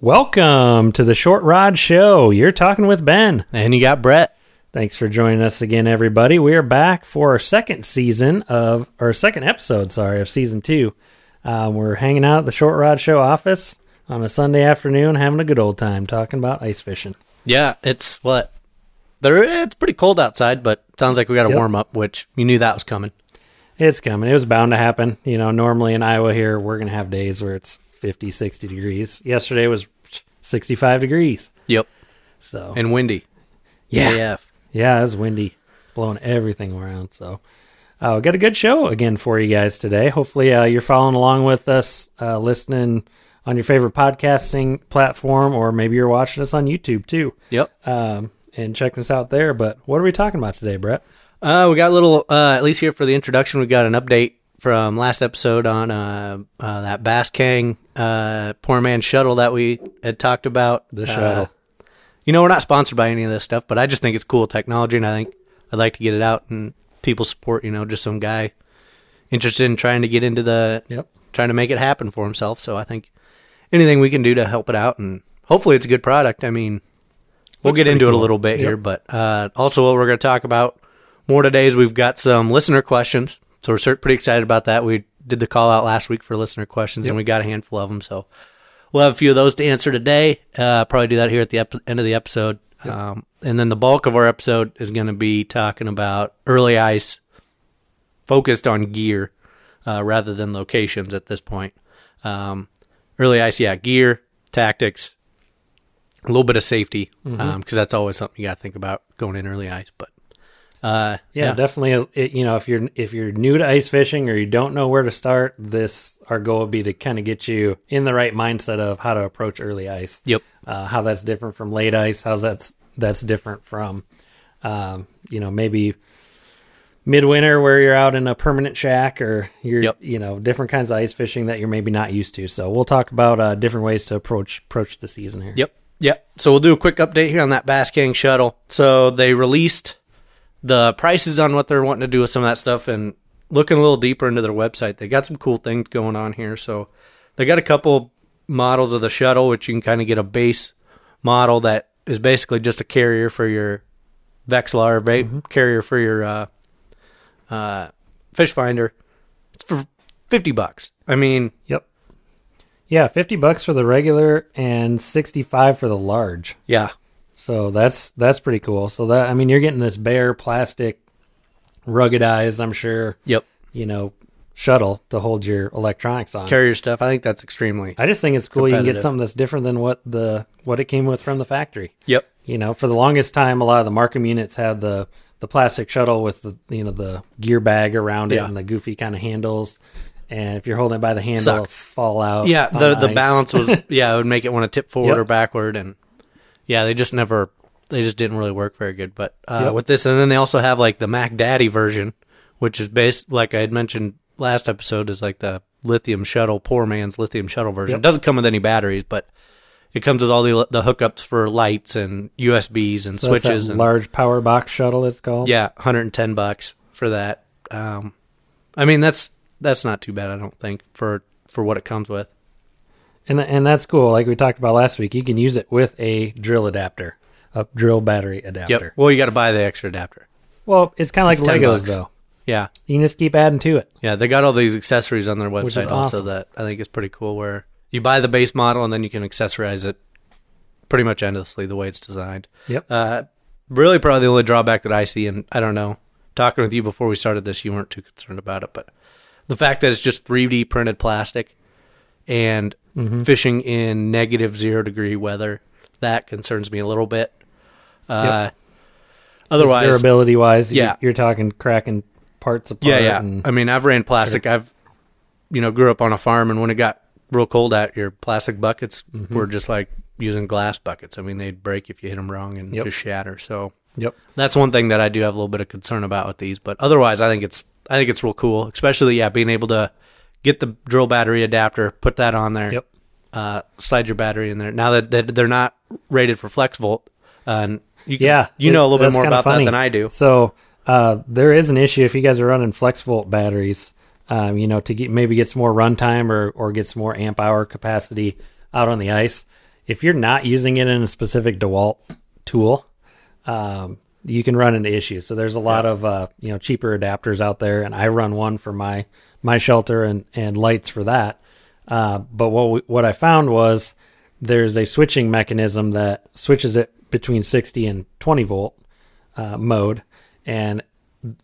Welcome to the Short Rod Show. You're talking with Ben. And you got Brett. Thanks for joining us again, everybody. We are back for our second season of, or second episode, sorry, of season two. Uh, we're hanging out at the Short Rod Show office on a Sunday afternoon, having a good old time talking about ice fishing. Yeah, it's what? There, it's pretty cold outside, but sounds like we got a Yep. warm up, which you knew that was coming. It's coming. It was bound to happen. You know, normally in Iowa here, we're going to have days where it's 50, 60 degrees. Yesterday was 65 degrees. Yep. So, And windy. yeah. AF. Yeah, it was windy, blowing everything around. So, uh, we got a good show again for you guys today. Hopefully, uh, you're following along with us, uh, listening on your favorite podcasting platform, or maybe you're watching us on YouTube too, Yep. um, and checking us out there. But what are we talking about today, Brett? Uh, we got a little, uh, at least here for the introduction, we got an update from last episode on uh, uh, that Bass Kang uh, Poor Man Shuttle that we had talked about. The Uh, shuttle. you know, we're not sponsored by any of this stuff, but I just think it's cool technology, and I think I'd like to get it out and people support, you know, just some guy interested in trying to get into the Yep. trying to make it happen for himself. So I think anything we can do to help it out, and hopefully it's a good product. I mean, we'll Looks get into pretty it cool. a little Yep. bit here, but uh, also what we're going to talk about more today is we've got some listener questions. So we're cert- pretty excited about that. We did the call out last week for listener questions, and we got a handful of them. So we'll have a few of those to answer today. Uh, probably do that here at the ep- end of the episode. Um, and then the bulk of our episode is going to be talking about early ice focused on gear uh, rather than locations at this point. Um, early ice, yeah, gear, tactics, a little bit of safety because that's always something you got to think about going in early ice. But uh, Yeah, definitely. It, you know, if you're if you're new to ice fishing or you don't know where to start, this our goal would be to kind of get you in the right mindset of how to approach early ice. Yep. Uh, how that's different from late ice. How's that's that's different from, um, you know, maybe midwinter where you're out in a permanent shack or you're Yep. you know different kinds of ice fishing that you're maybe not used to. So we'll talk about uh, different ways to approach approach the season here. Yep. Yep. So we'll do a quick update here on that Bass King shuttle. So they released the prices on what they're wanting to do with some of that stuff and looking a little deeper into their website. They got some cool things going on here. So they got a couple models of the shuttle, which you can kind of get a base model that is basically just a carrier for your Vexlar, ba- carrier for your uh, uh, fish finder. It's for 50 bucks. I mean, Yep. Yeah, fifty bucks for the regular and sixty five for the large. yeah. So that's that's pretty cool. So that I mean you're getting this bare plastic ruggedized, I'm sure, Yep. you know, shuttle to hold your electronics on. Carrier stuff. I think that's extremely. I just think it's cool you can get Competitive. something that's different than what the what it came with from the factory. Yep. You know, for the longest time a lot of the Markham units had the the plastic shuttle with the you know the gear bag around it Yeah. and the goofy kind of handles. And if you're holding it by the handle, Suck. it'll fall out. Yeah, on the the ice. balance was yeah, it would make it want to tip forward Oh, Yep. or backward and yeah, they just never they just didn't really work very good. But uh, Yep. with this and then they also have like the Mac Daddy version, which is based like I had mentioned last episode is like the lithium shuttle, poor man's lithium shuttle version. Yep. It doesn't come with any batteries, but it comes with all the the hookups for lights and USBs and So that's that switches and large power box shuttle it's called. yeah, 110 bucks for that. Um I mean, that's that's not too bad, I don't think, for for what it comes with. And and that's cool. Like we talked about last week, you can use it with a drill adapter, a drill battery Yep. adapter. Well, you got to buy the extra adapter. Well, it's kind of like It's 10 Legos bucks. though. Yeah, You can just keep adding to it. yeah. They got all these accessories on their Which is website also awesome. that I think is pretty cool. Where you buy the base model and then you can accessorize it pretty much endlessly the way it's designed. Yep. Uh, really, probably the only drawback that I see, and I don't know. Talking with you before we started this, you weren't too concerned about it, but the fact that it's just 3D printed plastic and Mm-hmm. fishing in negative zero degree weather that concerns me a little bit. Uh, Otherwise, durability wise, Yeah. you're talking cracking parts apart. Yeah, yeah. Uh, And, I mean, I've ran plastic. I've, you know, grew up on a farm, and when it got real cold out, your plastic buckets Mm-hmm. were just like using glass buckets. I mean, they'd break if you hit them wrong and Yep. just shatter. So yep. that's one thing that I do have a little bit of concern about with these. But otherwise, I think it's I think it's real cool, especially yeah, being able to get the drill battery adapter, put that on there, Yep. uh, slide your battery in there. Now that, that they're not rated for flex volt, uh, and you can- Yeah. you it- know a little bit that's more kinda about funny. that than I do. So uh, there is an issue if you guys are running flex volt batteries. Um, you know, to get maybe gets more runtime or or gets more amp hour capacity out on the ice. if you're not using it in a specific DeWalt tool, um, you can run into issues. So there's a lot of uh, you know cheaper adapters out there, and I run one for my my shelter and and lights for that. Uh, but what we, what I found was there's a switching mechanism that switches it between 60 and 20 volt uh, mode, and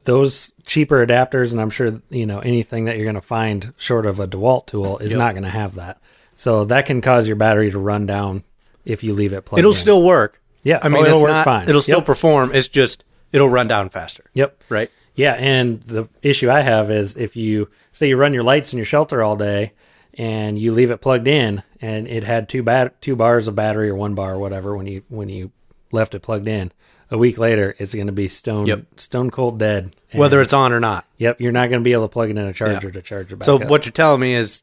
those cheaper adapters, and I'm sure you know anything that you're going to find short of a DeWalt tool is not going to have that. So that can cause your battery to run down if you leave it plugged. It'll in. still work. Yeah, I mean, oh, it'll it's work not- fine. It'll still Yep. perform. It's just it'll run down faster. Yep. Right. Yeah, and the issue I have is if you say you run your lights in your shelter all day and you leave it plugged in and it had two bat two bars of battery or one bar or whatever when you when you left it plugged in, a week later it's going to be stone Yep. stone cold dead. And, Whether it's on or not. yep, you're not going to be able to plug it in a charger to charge it back So up. what you're telling me is,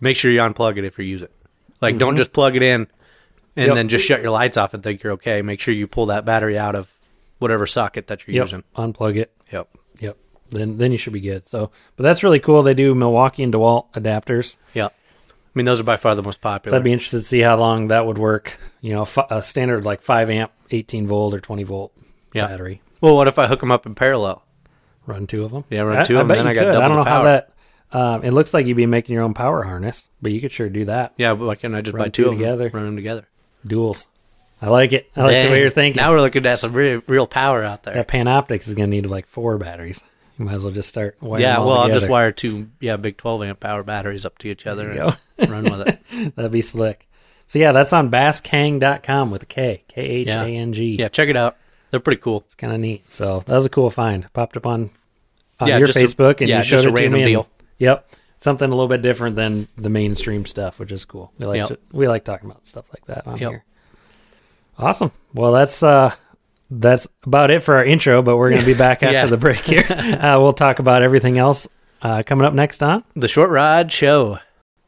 make sure you unplug it if you use it. Like, don't just plug it in and Mm-hmm. Yep. then just shut your lights off and think you're okay. Make sure you pull that battery out of whatever socket that you're yep, using. unplug it. Yep. Yep. Then then you should be good. So, but that's really cool. They do Milwaukee and DeWalt adapters. Yep. I mean, those are by far the most So popular. I'd be interested to see how long that would work. You know, fi- a standard like five amp, eighteen volt, or twenty volt Yeah. battery. well, what if I hook them up in parallel? Run two of them. Yeah, run two of 'em, bet then you I got could. I double don't the know how power. that. Um, it looks like you'd be making your own power harness, but you could sure do that. Yeah, but why can't I just Run buy two, two of together. them, run them together? Duels. I like it. I like the way Dang. you're thinking. Now we're looking at some real, real power out there. that Panoptics is going to need like four batteries. You might as well just start. Wiring Yeah, all well, I'll just together. wire two, yeah, big 12 amp hour batteries up to each other There you and run with it. That'd be slick. So yeah, that's on baskhang.com with a K. K H A N G. Yeah, check it out. They're pretty cool. It's kind of neat. So that was a cool find. Popped up on, on Yeah, your just a- Facebook, and yeah, you showed just it a to random me and- deal. yep, something a little bit different than the mainstream stuff, which is cool. We like Yep. to- we like talking about stuff like that on Yep. here. Awesome. Well, that's uh, that's about it for our intro, but we're gonna be back after Yeah. the break here. uh, we'll talk about everything else uh, coming up next on. The Short Rod Show.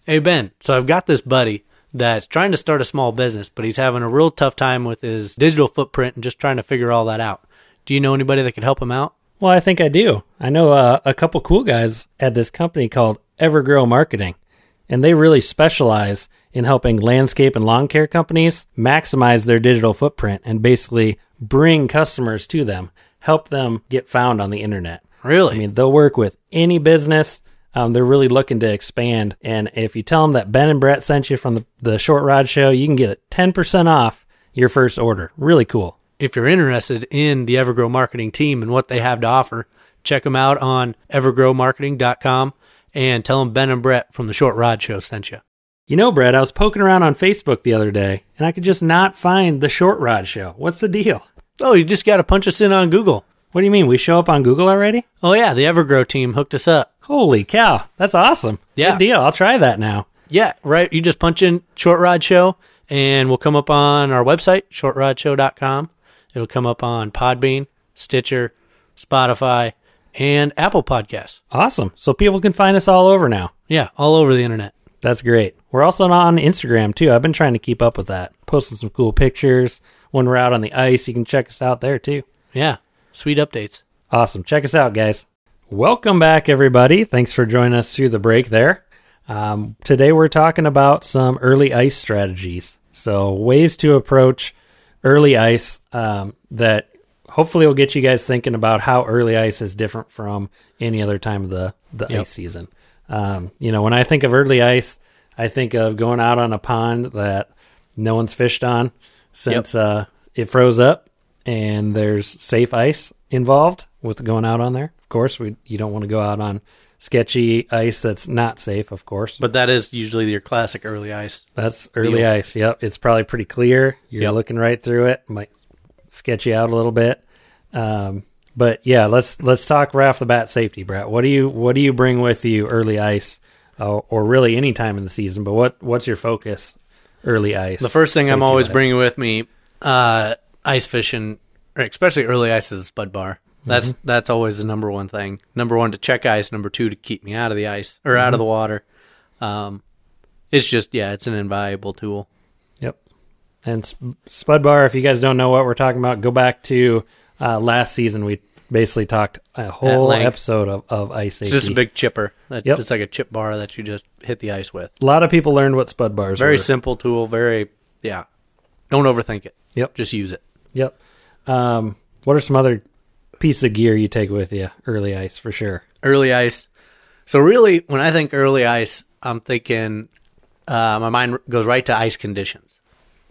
Hey, Ben. So I've got this buddy that's trying to start a small business, but he's having a real tough time with his digital footprint and just trying to figure all that out. Do you know anybody that could help him out? Well, I think I do. I know uh, a couple cool guys at this company called Evergrow Marketing, and they really specialize in helping landscape and lawn care companies maximize their digital footprint and basically bring customers to them, help them get found on the internet. Really? I mean, they'll work with any business. Um, they're really looking to expand. And if you tell them that Ben and Brett sent you from the, the Short Rod Show, you can get it 10% off your first order. Really cool. if you're interested in the Evergrow marketing team and what they have to offer, check them out on evergrowmarketing.com and tell them Ben and Brett from the Short Rod Show sent you. You know, Brad, I was poking around on Facebook the other day and I could just not find the short rod show. What's the deal? Oh, you just got to punch us in on Google. What do you mean? We show up on Google already? Oh, yeah, the Evergrow team hooked us up. Holy cow. That's awesome. Yeah. Good deal. I'll try that now. Yeah, right. You just punch in Short Rod Show and we'll come up on our website, shortrodshow.com. It'll come up on Podbean, Stitcher, Spotify, and Apple Podcasts. Awesome. So people can find us all over now. Yeah, all over the internet. That's great. We're also on Instagram too. I've been trying to keep up with that, posting some cool pictures. When we're out on the ice, you can check us out there too. Yeah, sweet updates. Awesome. Check us out, guys. Welcome back, everybody. Thanks for joining us through the break there. Um, today, we're talking about some early ice strategies. So, ways to approach early ice um, that hopefully will get you guys thinking about how early ice is different from any other time of the, the Yep. ice season. Um, you know, when I think of early ice, I think of going out on a pond that no one's fished on since uh, it froze up and there's safe ice involved with going out on there. Of course, we you don't want to go out on sketchy ice that's not safe, of course. But that is usually your classic early ice. That's early Deal. ice. Yep. It's probably pretty clear. You're Yep. looking right through it. Might sketch you out a little bit. Um, but yeah, let's let's talk right off the bat safety, Brett. What do you what do you bring with you early ice, uh, or really any time in the season? But what what's your focus early ice? The first thing I'm safety always wise? bringing with me, uh, ice fishing, or especially early ice, is a spud bar. That's Mm-hmm. that's always the number one thing. Number one to check ice. Number two to keep me out of the ice or Mm-hmm. out of the water. Um, it's just yeah, it's an invaluable tool. Yep. And sp- Spud Bar, if you guys don't know what we're talking about, go back to uh, last season. We basically talked a whole length. episode of, of ice It's safety. just a big chipper. That, Yep. It's like a chip bar that you just hit the ice with. a lot of people learned what Spud Bars Very were. simple tool. Very Yeah. Don't overthink it. Yep. Just use it. Yep. Um, what are some other pieces of gear you take with you? Early ice for sure. Early ice. So really, when I think early ice, I'm thinking uh, my mind goes right to ice conditions.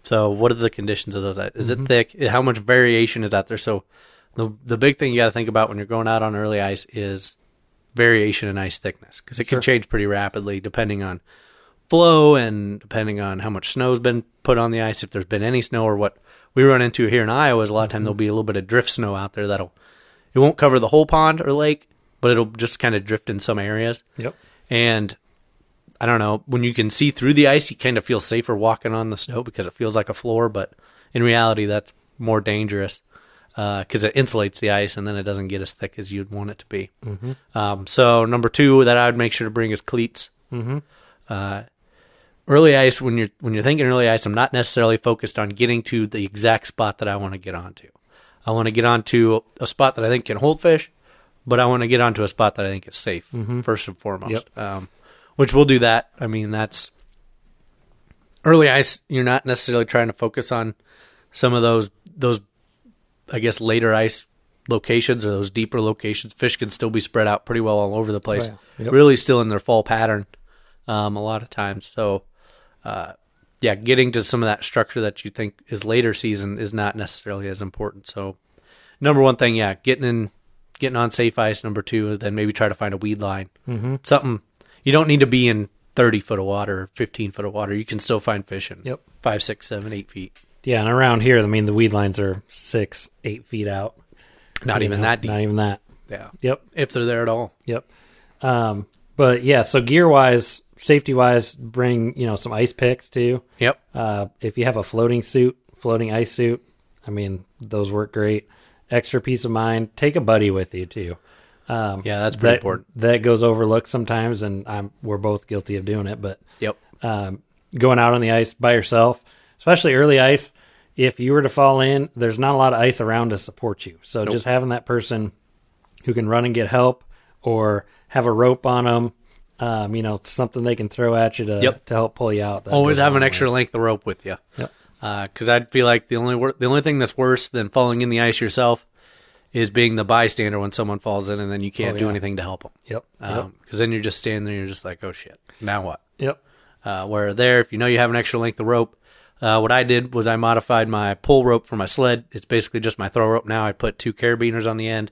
So what are the conditions of those? ice? Is it thick? How much variation is out there? So the the big thing you got to think about when you're going out on early ice is variation in ice thickness because it can change pretty rapidly depending on flow and depending on how much snow's been put on the ice, if there's been any snow or what we run into here in Iowa is a lot of time there'll be a little bit of drift snow out there that'll it won't cover the whole pond or lake, but it'll just kind of drift in some areas. Yep. And I don't know, when you can see through the ice, you kind of feel safer walking on the snow because it feels like a floor, but in reality, that's more dangerous because it insulates the ice and then it doesn't get as thick as you'd want it to be. Um, so, number two that I would make sure to bring is cleats. Mhm. Uh, early ice, when you're when you're thinking early ice, I'm not necessarily focused on getting to the exact spot that I want to get onto. I want to get onto a spot that I think can hold fish, but I want to get onto a spot that I think is safe Mm-hmm. first and foremost. Um, which we'll do that. I mean, that's early ice. You're not necessarily trying to focus on some of those those I guess later ice locations or those deeper locations. Fish can still be spread out pretty well all over the place. Oh, yeah. Yep. Really, still in their fall pattern um, a lot of times. So. Uh, yeah, getting to some of that structure that you think is later season is not necessarily as important. So, number one thing, yeah, getting in, getting on safe ice. Number two, then maybe try to find a weed line, mm-hmm. something. You don't need to be in thirty foot of water, fifteen foot of water. You can still find fish in Yep. five, six, seven, eight feet. Yeah, and around here, I mean, the weed lines are six, eight feet out. Not You even know, that deep. Not even that. yeah, Yep. if they're there at all. Yep. Um, but yeah, so gear wise, safety wise, bring you know some ice picks too. Yep. Uh, if you have a floating suit, floating ice suit, I mean those work great. Extra peace of mind. Take a buddy with you too. Um, Yeah, that's pretty that, important. That goes overlooked sometimes, and I'm, we're both guilty of doing it. But Yep. um, going out on the ice by yourself, especially early ice. If you were to fall in, there's not a lot of ice around to support you. So just having that person who can run and get help or have a rope on them, um, you know, something they can throw at you to, Yep. to help pull you out. that Always goes a have an long extra ways. length of rope with you. Yep. because I'd feel like the only wor- the only thing that's worse than falling in the ice yourself is being the bystander when someone falls in and then you can't Oh, do yeah. anything to help them. Yep. Because then you're just standing there, you're just like, oh shit, now what? yep. Uh, where there, if you know you have an extra length of rope, uh, what I did was I modified my pull rope for my sled. It's basically just my throw rope now. I put two carabiners on the end,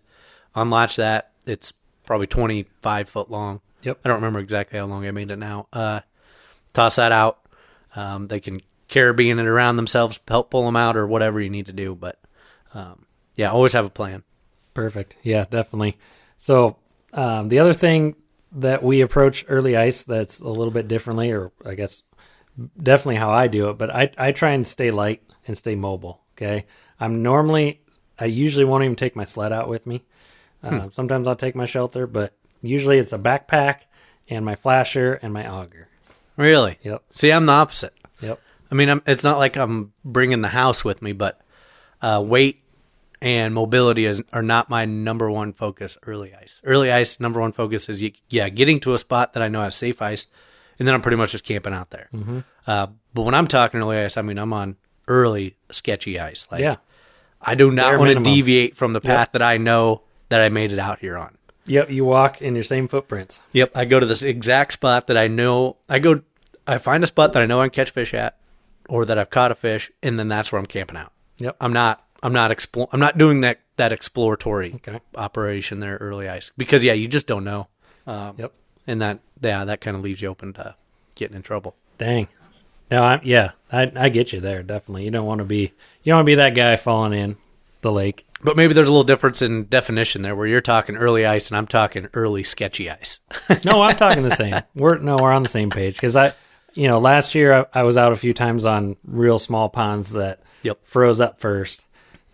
unlatch that. It's probably 25 foot long. Yep. I don't remember exactly how long I made it now. Uh, toss that out. Um, they can carabine it around themselves, help pull them out, or whatever you need to do. But um, yeah, always have a plan. Perfect. Yeah, definitely. So um, the other thing that we approach early ice that's a little bit differently, or I guess definitely how I do it, but I, I try and stay light and stay mobile. Okay. I'm normally, I usually won't even take my sled out with me. Um, sometimes I'll take my shelter, but usually it's a backpack and my flasher and my auger. Really? Yep. See, I'm the opposite. Yep. I mean, I'm, it's not like I'm bringing the house with me, but uh, weight and mobility is are not my number one focus. Early ice, early ice, number one focus is y- yeah, getting to a spot that I know has safe ice, and then I'm pretty much just camping out there. Mm-hmm. Uh, but when I'm talking early ice, I mean I'm on early sketchy ice. Like Yeah. I do Bare not want to minimum. deviate from the path that I know that I made it out here on. Yep. You walk in your same footprints. Yep, I go to this exact spot that I know. I go, I find a spot that I know I can catch fish at, or that I've caught a fish, and then that's where I'm camping out. Yep. I'm not. I'm not explore. I'm not doing that that exploratory Okay. operation there early ice because yeah, you just don't know. Um, Yep. And that yeah, that kind of leaves you open to getting in trouble. Dang. No, I yeah, I I get you there definitely. You don't want to be you don't want to be that guy falling in the lake. But maybe there's a little difference in definition there, where you're talking early ice and I'm talking early sketchy ice. No, I'm talking the same. We're no, we're on the same page because I, you know, last year I, I was out a few times on real small ponds that Yep. froze up first,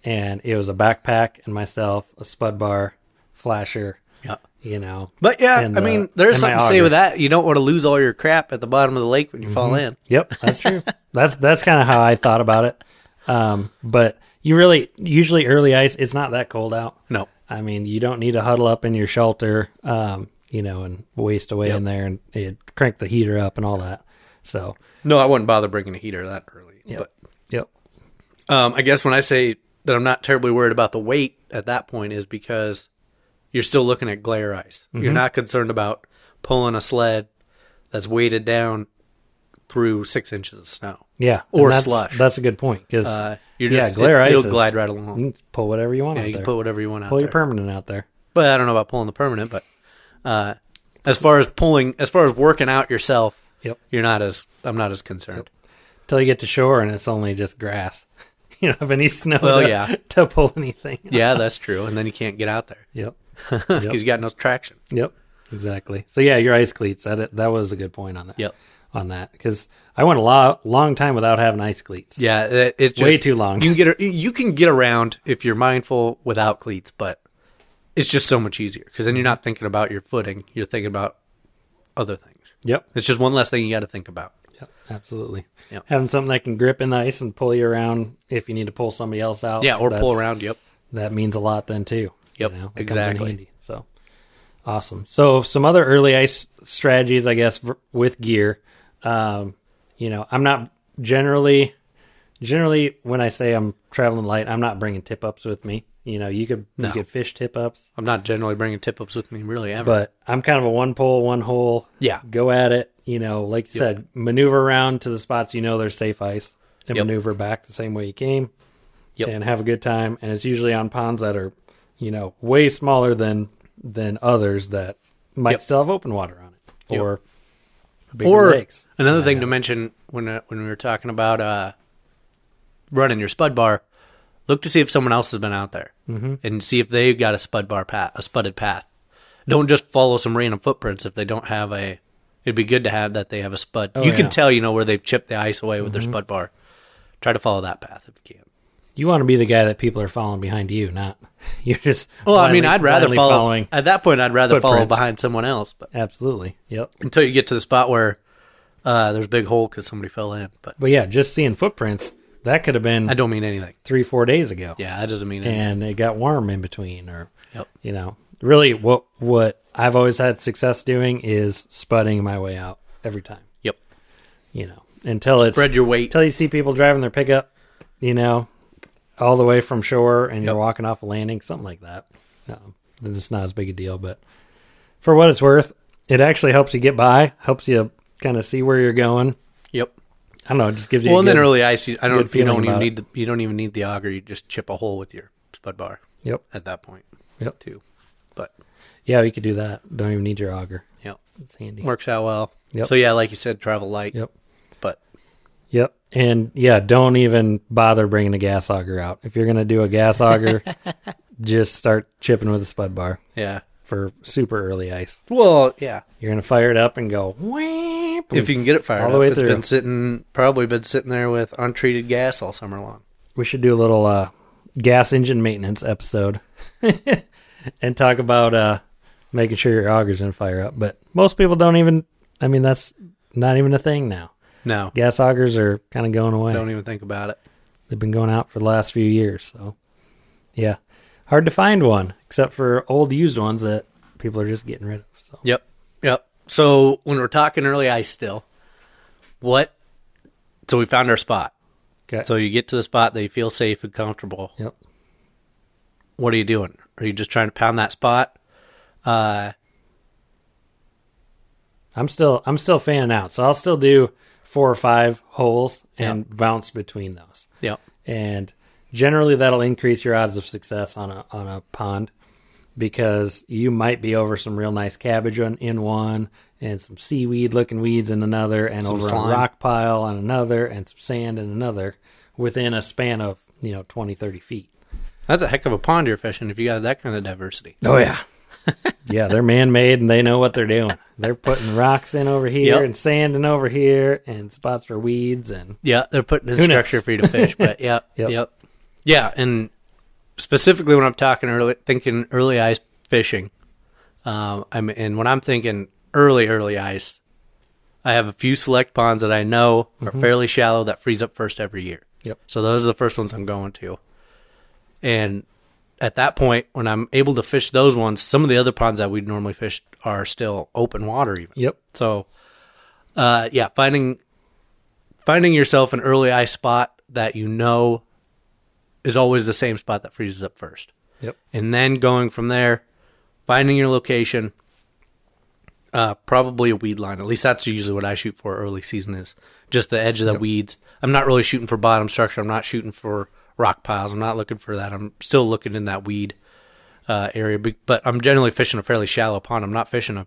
and it was a backpack and myself, a spud bar, flasher, yeah. you know. But yeah, And I the- mean, there's and my something to say auger. Mm-hmm. with that. You don't want to lose all your crap at the bottom of the lake when you fall in. Yep, that's true. that's that's kind of how I thought about it. Um, but you really usually early ice, it's not that cold out. No. I mean, you don't need to huddle up in your shelter, um, you know, and waste away in there and it, crank the eh, heater up and all that. So, No, I wouldn't bother bringing a heater that early. Yep. Yep. Um, I guess when I say that I'm not terribly worried about the weight at that point is because you're still looking at glare ice. Mm-hmm. You're not concerned about pulling a sled that's weighted down through six inches of snow. Yeah. Or and that's, slush. That's a good point because Uh, you're Yeah, just glare it, ice will is- glide right you along. can pull whatever you want Yeah, out you can there. put whatever you want out pull your there. permanent out there. but I don't know about pulling the permanent, but uh, as far as pulling, as far as working out yourself, Yep. you're not as I'm not as concerned. Till you get to shore and it's only just grass. You don't have any snow Well, to, yeah. to pull anything. Yeah, that's true. And then you can't get out there Yep. because you got no traction. Yep. Exactly. So yeah, your ice cleats. That that was a good point on that. Yep. On that because I went a lot long time without having ice cleats. Yeah, it, it's just, Way too long. You can get you can get around if you're mindful without cleats, but it's just so much easier because then Mm-hmm. you're not thinking about your footing. You're thinking about other things. Yep. It's just one less thing you got to think about. Yep. Absolutely. Yep. Having something that can grip in the ice and pull you around if you need to pull somebody else out. Yeah, or pull that's- around. Yep. that means a lot then too. Yep, that comes in exactly. handy. so awesome. So some other early ice strategies, I guess, v- with gear. Um, you know, I'm not generally generally when I say I'm traveling light, I'm not bringing tip ups with me. You know, you could No. you could fish tip ups, I'm not generally bringing tip ups with me really ever. but I'm kind of a one pole, one hole. yeah, Go at it. You know, like you said, maneuver around to the spots you know there's safe ice and Yep. maneuver back the same way you came Yep. and have a good time. And it's usually on ponds that are, you know, way smaller than than others that might Yep. still have open water on it Yep. or bigger or lakes. another thing to mention when uh, when we were talking about uh, running your spud bar, look to see if someone else has been out there and see if they've got a spud bar path, a spudded path. Don't just follow some random footprints if they don't have a. It'd be good to have that they have a spud. you yeah. can tell you know where they've chipped the ice away with their spud bar. Try to follow that path if you can. You want to be the guy that people are following behind you, not you're just. Well, I mean, blindly- I'd rather blindly follow following. at that point. I'd rather follow footprints. behind someone else, but Absolutely, yep. until you get to the spot where uh, there's a big hole because somebody fell in. But But yeah, just seeing footprints that could have I been don't mean anything. three, four days ago, Yeah, that doesn't mean anything. and it got warm in between, or Yep. you know, really, what what I've always had success doing is spudding my way out every time. Yep. You know, until it's Spread your weight. until you see people driving their pickup, you know, all the way from shore and you're walking off a landing, something like that. Um, then it's not as big a deal. But for what it's worth, it actually helps you get by, helps you kind of see where you're going. Yep. I don't know, it just gives you a Well, and then good- early ice, you, I good don't. You feeling don't even about it. need the. You don't even need the auger. You just chip a hole with your spud bar Yep. at that point. Yep. Too, but Yeah, you could do that. Don't even need your auger. yep, It's handy. works out well. Yep. So yeah, like you said, travel light. Yep. But Yep. And yeah, don't even bother bringing a gas auger out. If you're going to do a gas auger, just start chipping with a spud bar yeah. for super early ice. Well, yeah. You're going to fire it up and go, "Wheep." If you can get it fired All all the the way it's through. been sitting, probably been sitting there with untreated gas all summer long. we should do a little uh, gas engine maintenance episode and talk about uh, making sure your auger's didn't fire up. But most people don't even, I mean, that's not even a thing now. No, Gas augers are kind of going away. don't even think about it. They've been going out for the last few years, so yeah, hard to find one except for old used ones that people are just getting rid of. So Yep. Yep. So when we're talking early ice, still, what? So we found our spot. okay, So you get to the spot that you feel safe and comfortable. yep, what are you doing? Are you just trying to pound that spot? Uh, I'm still I'm still fanning out, so I'll still do four or five holes and bounce between those, yeah, and generally that'll increase your odds of success on a on a pond because you might be over some real nice cabbage on, in one and some seaweed looking weeds in another and over slime. a rock pile on another and some sand in another within a span of you know 20 30 feet that's a heck of a pond you're fishing if you got that kind of diversity. oh yeah yeah they're man-made and they know what they're doing they're putting rocks in over here Yep. and sand in over here and spots for weeds and Yeah, they're putting a Who knows? structure for you to fish, but yeah, Yep. yep. yeah, and specifically when I'm talking early, thinking early ice fishing, um, I'm and when I'm thinking early early ice, I have a few select ponds that I know are fairly shallow that freeze up first every year. Mm-hmm. Yep. So those are the first ones I'm going to, and at that point when I'm able to fish those ones, some of the other ponds that we'd normally fish are still open water even. yep So, uh, yeah, finding finding yourself an early eye spot that you know is always the same spot that freezes up first. Yep. And then going from there, finding your location, uh, probably a weed line. At least that's usually what I shoot for early season is just the edge of the weeds. I'm not really shooting for bottom structure. I'm not shooting for rock piles. I'm not looking for that. I'm still looking in that weed uh, area, be- but I'm generally fishing a fairly shallow pond. I'm not fishing a,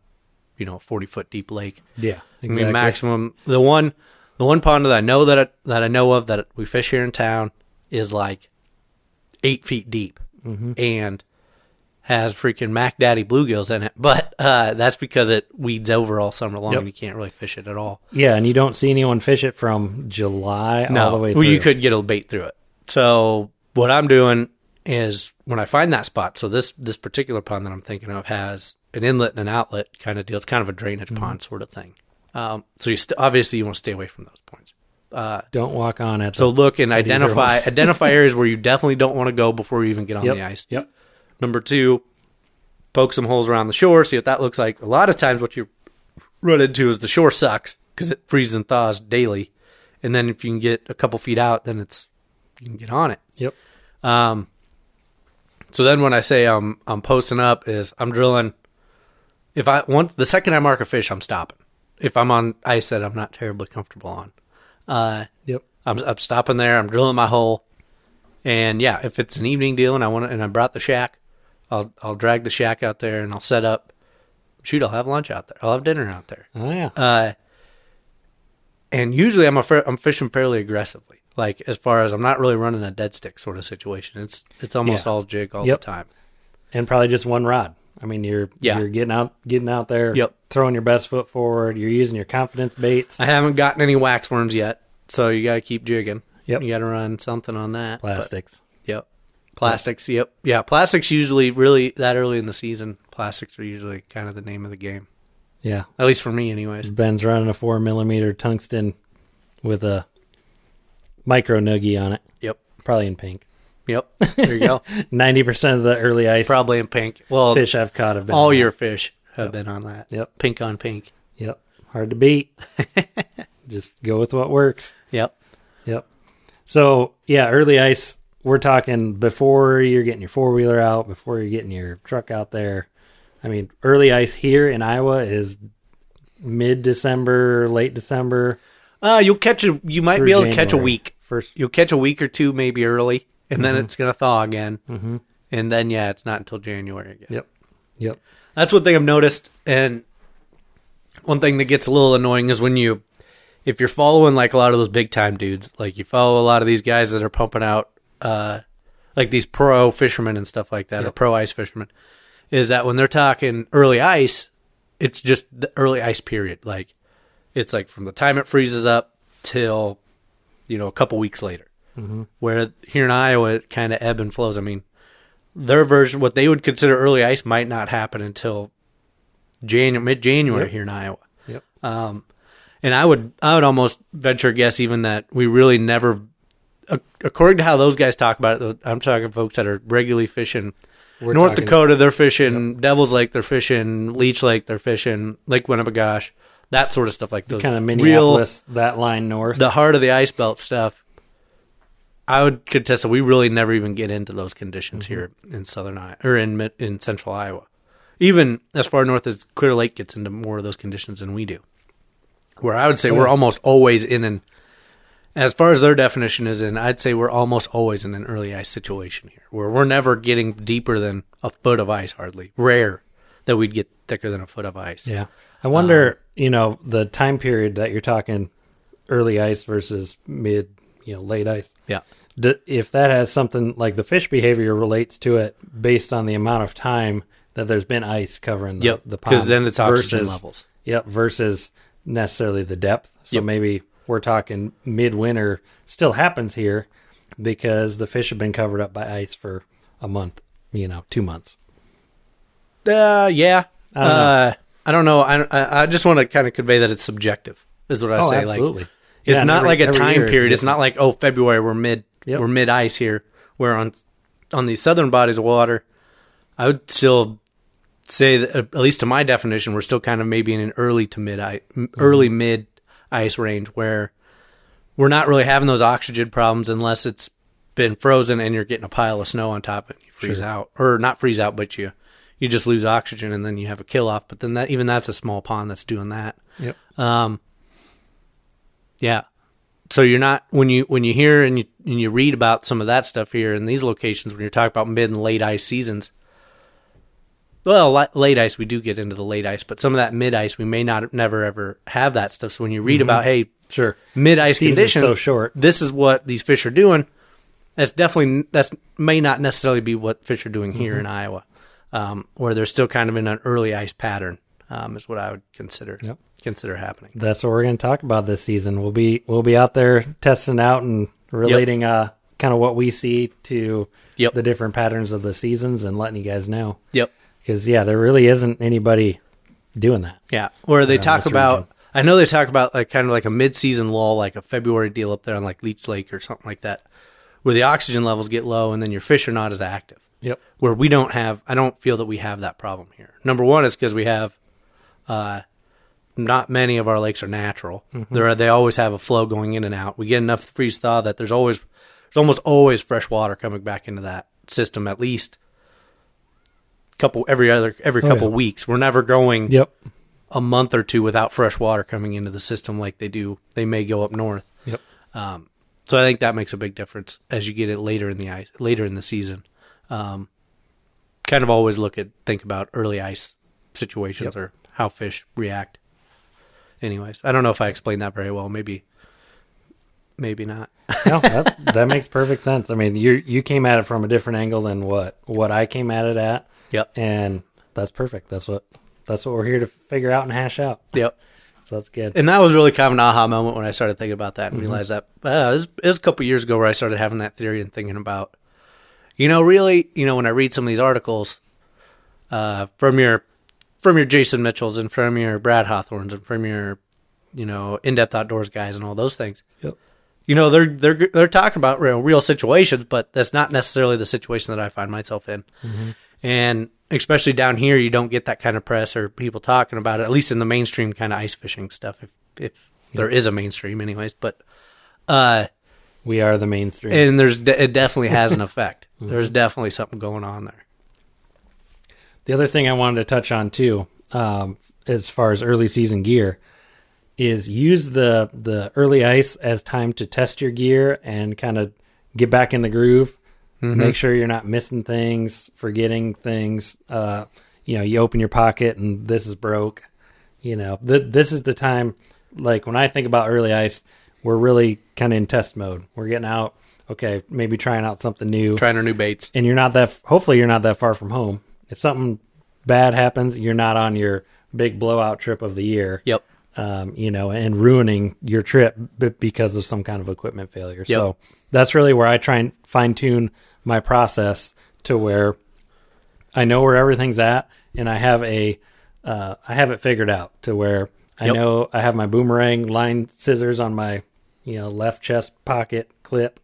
you know, 40 foot deep lake. Yeah. I mean, maximum the one the one pond that I know that I, that I know of that we fish here in town is like eight feet deep Mm-hmm. and has freaking Mac Daddy bluegills in it. But uh, that's because it weeds over all summer long Yep. and you can't really fish it at all. Yeah, and you don't see anyone fish it from July all the way through. Well, you could get a bait through it. So what I'm doing is when I find that spot. So this this particular pond that I'm thinking of has an inlet and an outlet kind of deal. It's kind of a drainage Mm-hmm. pond sort of thing. Um, so you st- obviously you want to stay away from those points. Don't walk on it. So look and either identify identify areas where you definitely don't want to go before you even get on yep. the ice. Yep. Number two, poke some holes around the shore, see what that looks like. A lot of times, what you run into is the shore sucks because it freezes and thaws daily. And then if you can get a couple feet out, then it's you can get on it. Yep. Um, so then when I say I'm I'm posting up is I'm drilling. If I once the second I mark a fish, I'm stopping. If I'm on ice that I'm not terribly comfortable on, uh, Yep. I'm, I'm stopping there. I'm drilling my hole, and yeah, if it's an evening deal and I want to, and I brought the shack, I'll I'll drag the shack out there and I'll set up. Shoot, I'll have lunch out there. I'll have dinner out there. Oh yeah. Uh, and usually I'm a fa- I'm fishing fairly aggressively. Like as far as I'm not really running a dead stick sort of situation. It's it's almost Yeah. all jig all Yep. the time. and probably just one rod. I mean, you're Yeah. you're getting out getting out there, Yep. throwing your best foot forward. You're using your confidence baits, I haven't gotten any wax worms yet, so you got to keep jigging. Yep. You got to run something on that. but- plastics. Yep. Plastics. Yep. Yeah. Plastics usually really that early in the season. Plastics are usually kind of the name of the game, yeah, at least for me, anyways. Ben's running a four millimeter tungsten with a micro noogie on it, Yep. probably in pink. Yep. There you go. Ninety percent of the early ice Probably in pink. Well, fish I've caught have been all on your fish have been on that. Yep. Pink on pink. that. Yep, hard to beat. just go with what works. Yep. Yep. So yeah, early ice. We're talking before you're getting your four wheeler out, before you're getting your truck out there. I mean, early ice here in Iowa is mid December, late December. Uh, you'll catch a. You might through be able to January. catch a week. First, You'll catch a week or two, maybe early, and then it's gonna thaw again. Mm-hmm. And then yeah, it's not until January again. yep, yep, That's one thing I've noticed, and one thing that gets a little annoying is when you, if you're following like a lot of those big time dudes, like you follow a lot of these guys that are pumping out, uh, like these pro fishermen and stuff like that, or Yep. pro ice fishermen, is that when they're talking early ice, it's just the early ice period. Like it's like from the time it freezes up till, you know, a couple weeks later. Where here in Iowa, it kind of ebb and flows. I mean, their version, what they would consider early ice, might not happen until January, mid January Yep. here in Iowa. yep. Um, and I would, I would almost venture a guess even that we really never, ac- according to how those guys talk about it, I'm talking folks that are regularly fishing We're North talking- Dakota, they're fishing Devil's Lake, they're fishing Leech Lake, they're fishing Lake Winnebagoche, that sort of stuff like those kind of real Minneapolis, that line north. the heart of the ice belt stuff, I would contest that we really never even get into those conditions Mm-hmm. here in southern Iowa or in mid- in central Iowa. Even as far north as Clear Lake gets into more of those conditions than we do. Where I would say we're Yeah. almost always in an as far as their definition is in, I'd say we're almost always in an early ice situation here, where we're never getting deeper than a foot of ice, hardly. Rare that we'd get thicker than a foot of ice. yeah, I Um, wonder. you know, the time period that you're talking, early ice versus mid, you know, late ice. Yeah. d- if that has something like the fish behavior relates to it based on the amount of time that there's been ice covering the, Yep. the pond. Because then it's oxygen versus- levels. Yep, versus necessarily the depth. So Yep. maybe we're talking midwinter still happens here because the fish have been covered up by ice for a month, you know, two months. Uh, yeah. I don't know. uh, I don't know. I, I, I just want to kind of convey that it's subjective. Is what I oh, say. absolutely. Like it's Yeah, and not every- like a every year time is period. It's different. not like oh February we're mid Yep. we're mid ice here. We're on on these southern bodies of water. I would still say that at least to my definition, we're Mm-hmm. still kind of maybe in an early to mid ice, early mid ice range where we're not really having those oxygen problems unless it's been frozen and you're getting a pile of snow on top and you freeze Sure. out or not freeze out but you you just lose oxygen and then you have a kill off but then that even that's a small pond that's doing that Yep. um yeah so you're not when you when you hear and you and you read about some of that stuff here in these locations when you're talking about mid and late ice seasons well li- late ice we do get into the late ice but some of that mid ice we may not never ever have that stuff so when you read about hey Sure. mid ice Mm-hmm. Season's conditions. so short. This is what these fish are doing. That's definitely that's may not necessarily be what fish are doing Mm-hmm. here in Iowa, um, where they're still kind of in an early ice pattern. Um, is what I would consider Yep. consider happening. That's what we're going to talk about this season. We'll be we'll be out there testing out and relating uh kind of what we see to Yep. the different patterns of the seasons and letting you guys know. Yep. Because yeah, there really isn't anybody doing that. Yeah. Where they talk this about. region. I know they talk about like kind of like a mid-season lull, like a February deal up there on like Leech Lake or something like that, where the oxygen levels get low and then your fish are not as active. Yep. where we don't have i don't feel that we have that problem here number one is because we have uh, not many of our lakes are natural Mm-hmm. They're, they always have a flow going in and out we get enough freeze thaw that there's always there's almost always fresh water coming back into that system at least couple every other every Oh, couple yeah. weeks we're never going Yep. a month or two without fresh water coming into the system like they do they may go up north Yep. um, so I think that makes a big difference as you get it later in the ice, later in the season. Um, kind of always look at think about early ice situations Yep. or how fish react. Anyways, I don't know if I explained that very well. Maybe, maybe not. no, that, that makes perfect sense. I mean, you you came at it from a different angle than what what I came at it at, Yep. and that's perfect. That's what that's what we're here to figure out and hash out. Yep. So that's good. And that was really kind of an aha moment when I started thinking about that and realized that uh, it, was, it was a couple years ago where I started having that theory and thinking about, you know, really, you know, when I read some of these articles uh, from your from your Jason Mitchells and from your Brad Hawthorns and from your you know in depth outdoors guys and all those things, Yep. you know, they're they're they're talking about real, real situations, but that's not necessarily the situation that I find myself in. And especially down here, you don't get that kind of press or people talking about it, at least in the mainstream kind of ice fishing stuff, if, if there is a mainstream, anyways. But, uh, We are the mainstream. and there's, de- it definitely has an effect. Mm-hmm. There's definitely something going on there. The other thing I wanted to touch on too, um, as far as early season gear, is use the the early ice as time to test your gear and kind of get back in the groove. Make sure you're not missing things, forgetting things. Uh, you know, you open your pocket and this is broke. You know, th- this is the time. Like when I think about early ice, we're really kind of in test mode. We're getting out. Okay, maybe trying out something new Trying our new baits. and you're not that hopefully you're not that far from home if something bad happens you're not on your big blowout trip of the year Yep. um, you know and ruining your trip b- because of some kind of equipment failure Yep. so that's really where i try and fine tune my process to where i know where everything's at and i have a uh, i have it figured out to where i Yep. know i have my boomerang line scissors on my you know left chest pocket clip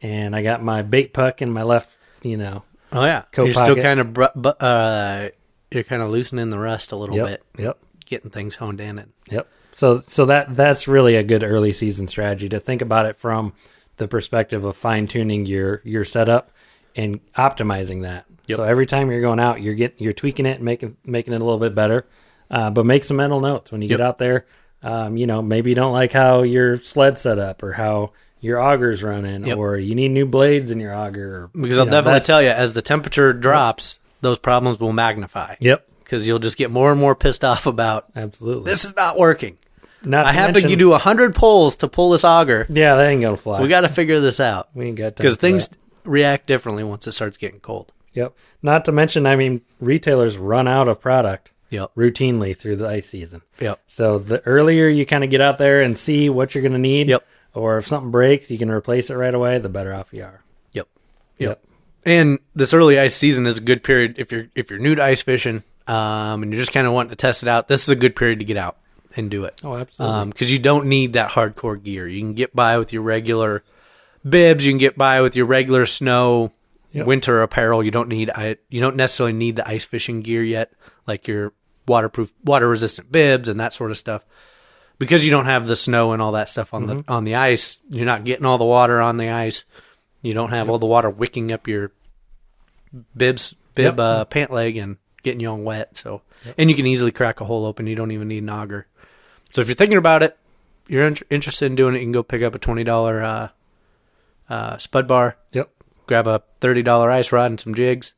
and i got my bait puck in my left you know Oh, yeah. Coat you're still pocket. kind of, br- bu- uh, you're kind of loosening the rust a little yep, bit, Yep. getting things honed in. And, Yep. So so that that's really a good early season strategy to think about it from the perspective of fine tuning your your setup and optimizing that. Yep. So every time you're going out, you're getting you're tweaking it, and making making it a little bit better. Uh, but make some mental notes when you Yep. get out there. Um, you know, maybe you don't like how your sled set up or how your auger's running, Yep. or you need new blades in your auger. Or, because you I'll know, definitely that's- tell you, as the temperature drops, those problems will magnify. Yep, because you'll just get more and more pissed off about absolutely. this is not working. Not I have to do a hundred pulls to pull this auger. Yeah, that ain't gonna fly. We got to figure this out we ain't got time because for that. things react differently once it starts getting cold. Yep. Not to mention, I mean, retailers run out of product Yep. routinely through the ice season. Yep. So the earlier you kind of get out there and see what you're going to need, Yep. or if something breaks, you can replace it right away, the better off you are. Yep. And this early ice season is a good period if you're if you're new to ice fishing um, and you're just kind of wanting to test it out. This is a good period to get out and do it. Oh, absolutely. Um 'cause because you don't need that hardcore gear. You can get by with your regular bibs. You can get by with your regular snow Yep. winter apparel. You don't need I. You don't necessarily need the ice fishing gear yet, like your waterproof, water resistant bibs and that sort of stuff. because you don't have the snow and all that stuff on Mm-hmm. the on the ice, you're not getting all the water on the ice. You don't have all the water wicking up your bibs Yep. bib uh, pant leg and getting you all wet. So and you can easily crack a hole open. You don't even need an auger. So if you're thinking about it, you're in- interested in doing it, you can go pick up a twenty dollar uh, uh, spud bar, Yep. grab a thirty dollar ice rod and some jigs.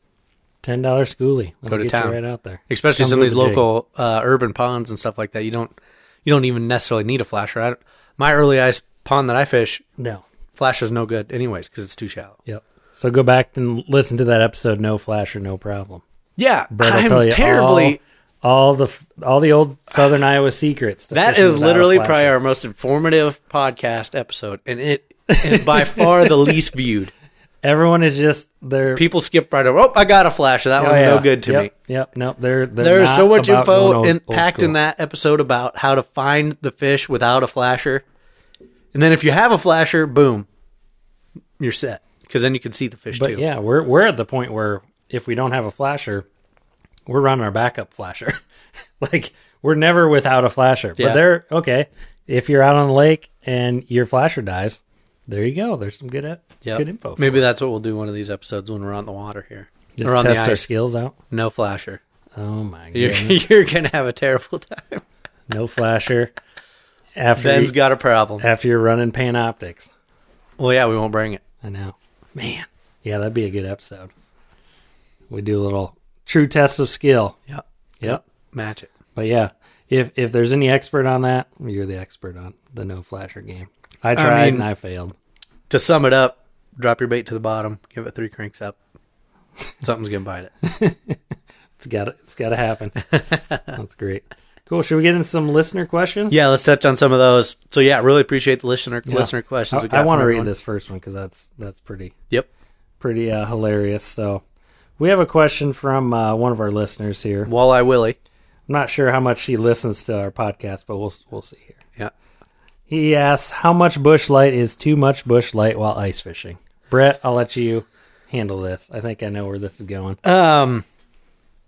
Ten dollar schoolie. Let Go me get to you town. right out there. especially Comes some of with these a jig. local uh, urban ponds and stuff like that. You don't you don't even necessarily need a flasher. I don't, my early ice pond that I fish No. flasher's no good anyways because it's too shallow. Yep. So go back and listen to that episode. No flasher, no problem. Yeah, Brett will I'm tell you terribly. all, all the f- all the old Southern Iowa secrets. to that fishing is without a literally flasher. probably our most informative podcast episode, and it is by far the least viewed. Everyone is just they're People skip right over. Oh, I got a flasher. That one's no good to yep, me. Yep. Nope. They're, they're There is not so much about going info old- in, old packed school. in that episode about how to find the fish without a flasher. And then if you have a flasher, boom, you're set because then you can see the fish But too. yeah, we're we're at the point where if we don't have a flasher, we're running our backup flasher. like we're never without a flasher. But Yeah. they're okay. If you're out on the lake and your flasher dies, there you go. There's some good uh, Yep. good info. for Maybe that's what we'll do one of these episodes when we're on the water here it. just or on the test our ice. skills out. No flasher. Oh my You're, god, you're gonna have a terrible time. no flasher. After Ben's you, got a problem. after you're running panoptics, Well, yeah, we won't bring it. I know, man. Yeah, that'd be a good episode. We do a little true test of skill. Yep, Yep. match it. But yeah, if if there's any expert on that, you're the expert on the no flasher game. I tried mean- and I failed. To sum it up, drop your bait to the bottom, give it three cranks up. Something's gonna bite it. It's got to it's got to happen. That's great. Cool. Should we get into some listener questions? Yeah, let's touch on some of those. So yeah, really appreciate the listener Yeah. listener questions. I, we got want to from read everyone. this first one because that's that's pretty Yep. pretty uh, hilarious. So we have a question from uh, one of our listeners here. I'm Walleye Willie. not sure how much she listens to our podcast, but we'll we'll see here. Yeah. He asks, "How much bush light is too much bush light while ice fishing?" Brett, I'll let you handle this. I think I know where this is going. Um,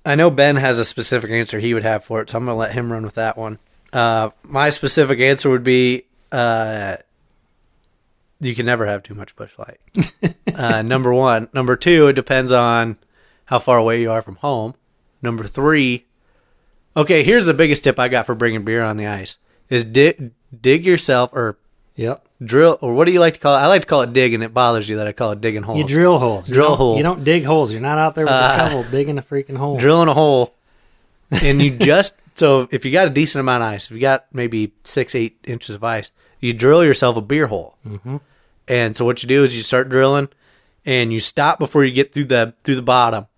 I know Ben has a specific answer he would have for it, so I'm going to let him run with that one. Uh, my specific answer would be uh, you can never have too much bushlight. uh, number one. Number two, it depends on how far away you are from home. Number three, okay, here's the biggest tip I got for bringing beer on the ice is dig, dig yourself or Yep. drill or what do you like to call it? I like to call it dig, and it bothers you that I call it digging holes. You drill Uh, holes. You Drill don't- hole. You don't dig holes. You're not out there with a shovel digging a freaking hole. drilling a hole and you just so if you got a decent amount of ice if you got maybe six eight inches of ice you drill yourself a beer hole mm-hmm. and so what you do is you start drilling and you stop before you get through the through the bottom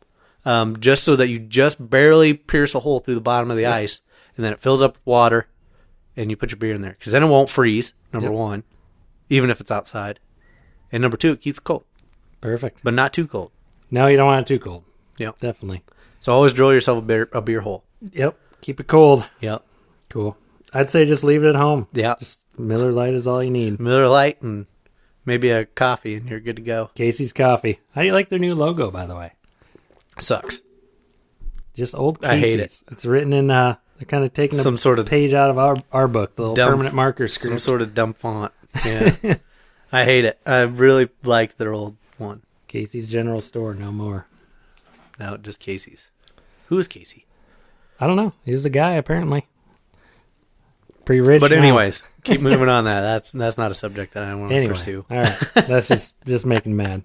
um, just so that you just barely pierce a hole through the bottom of the ice and then it fills up with water and you put your beer in there because then it won't freeze number one even if it's outside and number two it keeps cold Perfect. but not too cold No, you don't want it too cold. Yep. Definitely. so always drill yourself a beer, a beer hole Yep. Keep it cold. yep Cool. I'd say just leave it at home. yeah Just Miller Lite is all you need. Miller Lite and maybe a coffee, and you're good to go. Casey's Coffee. How do you like their new logo, by the way? Sucks. Just old Casey's. I hate it. It's written in. uh They're kind of taking Some a sort of page out of our our book, the little Dumb- permanent marker some script. sort of dumb font. Yeah, I hate it. I really liked their old one. Casey's General Store, no more. Now just Casey's. Who is Casey? I don't know. He was the guy apparently. Pretty rich. But now. anyways, keep moving on. That that's that's not a subject that I want to anyway, pursue. all right, that's just just making mad.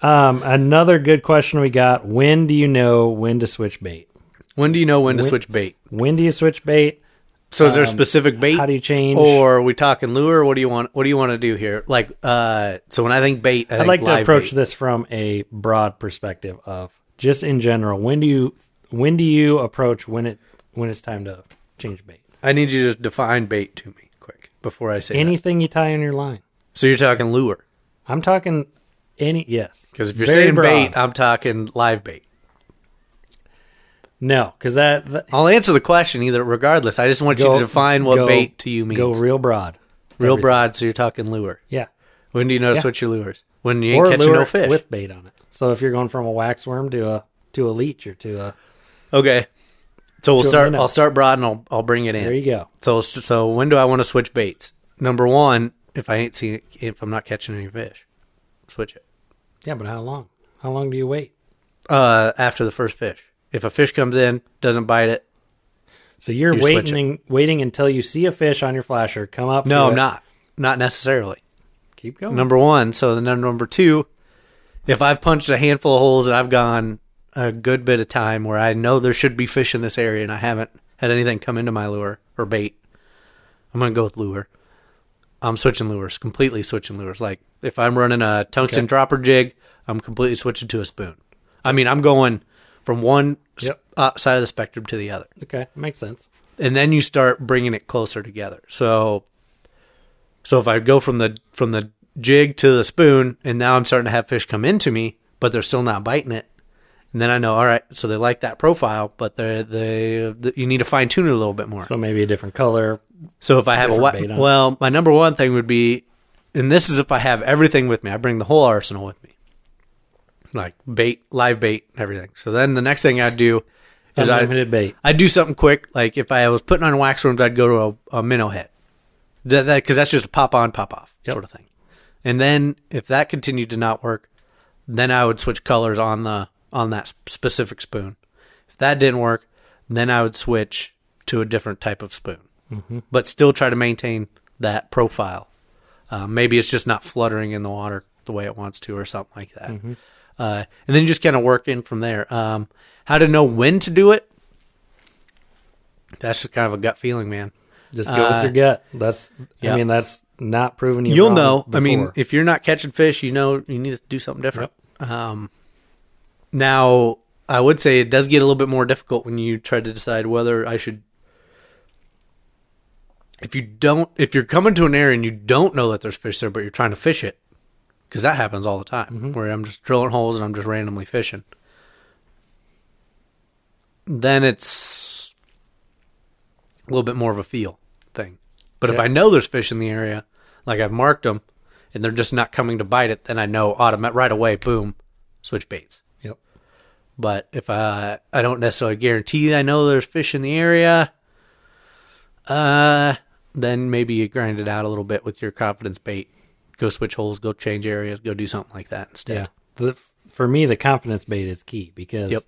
Um, another good question we got: When do you know when to switch bait? When do you know when Um, to When- switch bait? When do you switch bait? So is there a specific bait? How do you change? or are we talking lure? What do you want? What do you want to do here? Like, uh, so when I think bait, I I'd think like to live approach bait. this from a broad perspective of just in general. When do you when do you approach when it when it's time to change bait? I need you to define bait to me quick before I say that. Anything you tie on your line. So you're talking lure. I'm talking any yes Because if you're Very saying broad. bait, I'm talking live bait. no, because that, that I'll answer the question either regardless. I just want you to define what go- bait to you means. Go Real real broad, everything. broad, so you're talking lure. Yeah, When do you know to Yeah. switch your lures? When you ain't catching lure no fish. with bait on it. So if you're going from a wax worm to a to a leech or to a okay. So we'll Totally start. not. I'll start broad and I'll I'll bring it in. There you go. So so when do I want to switch baits? Number one, if I ain't seeing if I'm not catching any fish, switch it. Yeah, but how long? How long do you wait? Uh, after the first fish. If a fish comes in, doesn't bite it. So you're You switch waiting, it. and- waiting until you see a fish on your flasher come up. No, to I'm it. not. Not necessarily. Keep going. Number one. So then num- number two, if I've punched a handful of holes and I've gone a good bit of time where I know there should be fish in this area and I haven't had anything come into my lure or bait, I'm gonna go with lure. I'm switching lures, completely switching lures. Like if I'm running a tungsten Okay. dropper jig, I'm completely switching to a spoon. I mean, I'm going from one s- Yep. uh, side of the spectrum to the other Okay, makes sense. and then you start bringing it closer together. So, so if I go from the from the jig to the spoon, and now I'm starting to have fish come into me, but they're still not biting it, and then I know, all right, so they like that profile, but they they the, you need to fine tune it a little bit more. So maybe a different color. So if I have a Different wet, bait on it. well, my number one thing would be, and this is if I have everything with me. I bring the whole arsenal with me, like bait, live bait, everything. So then the next thing I'd do is I Unlimited bait. I'd do something quick. Like if I was putting on waxworms, I'd go to a, a minnow head. That because that's just a pop on, pop off Yep. sort of thing. And then if that continued to not work, then I would switch colors on the on that sp- specific spoon. If that didn't work, then I would switch to a different type of spoon, but still try to maintain that profile. Uh, maybe it's just not fluttering in the water the way it wants to, or something like that. Uh, and then just kind of work in from there. Um, how to know when to do it? That's just kind of a gut feeling, man. Just go Uh, with your gut. That's. yeah. I mean, that's not proven. You You'll wrong know. I mean, before. if you're not catching fish, you know you need to do something different. Um, now, I would say it does get a little bit more difficult when you try to decide whether I should. If you don't, if you're coming to an area and you don't know that there's fish there, but you're trying to fish it, because that happens all the time, where I'm just drilling holes and I'm just randomly fishing. Then it's a little bit more of a feel thing. But if Yeah. I know there's fish in the area, like I've marked them, and they're just not coming to bite it, then I know automatic right away. Boom, switch baits. Yep. But if I I don't necessarily guarantee I know there's fish in the area, uh, then maybe you grind it out a little bit with your confidence bait. Go switch holes, go change areas, go do something like that instead. Yeah. The, for me, the confidence bait is key because Yep.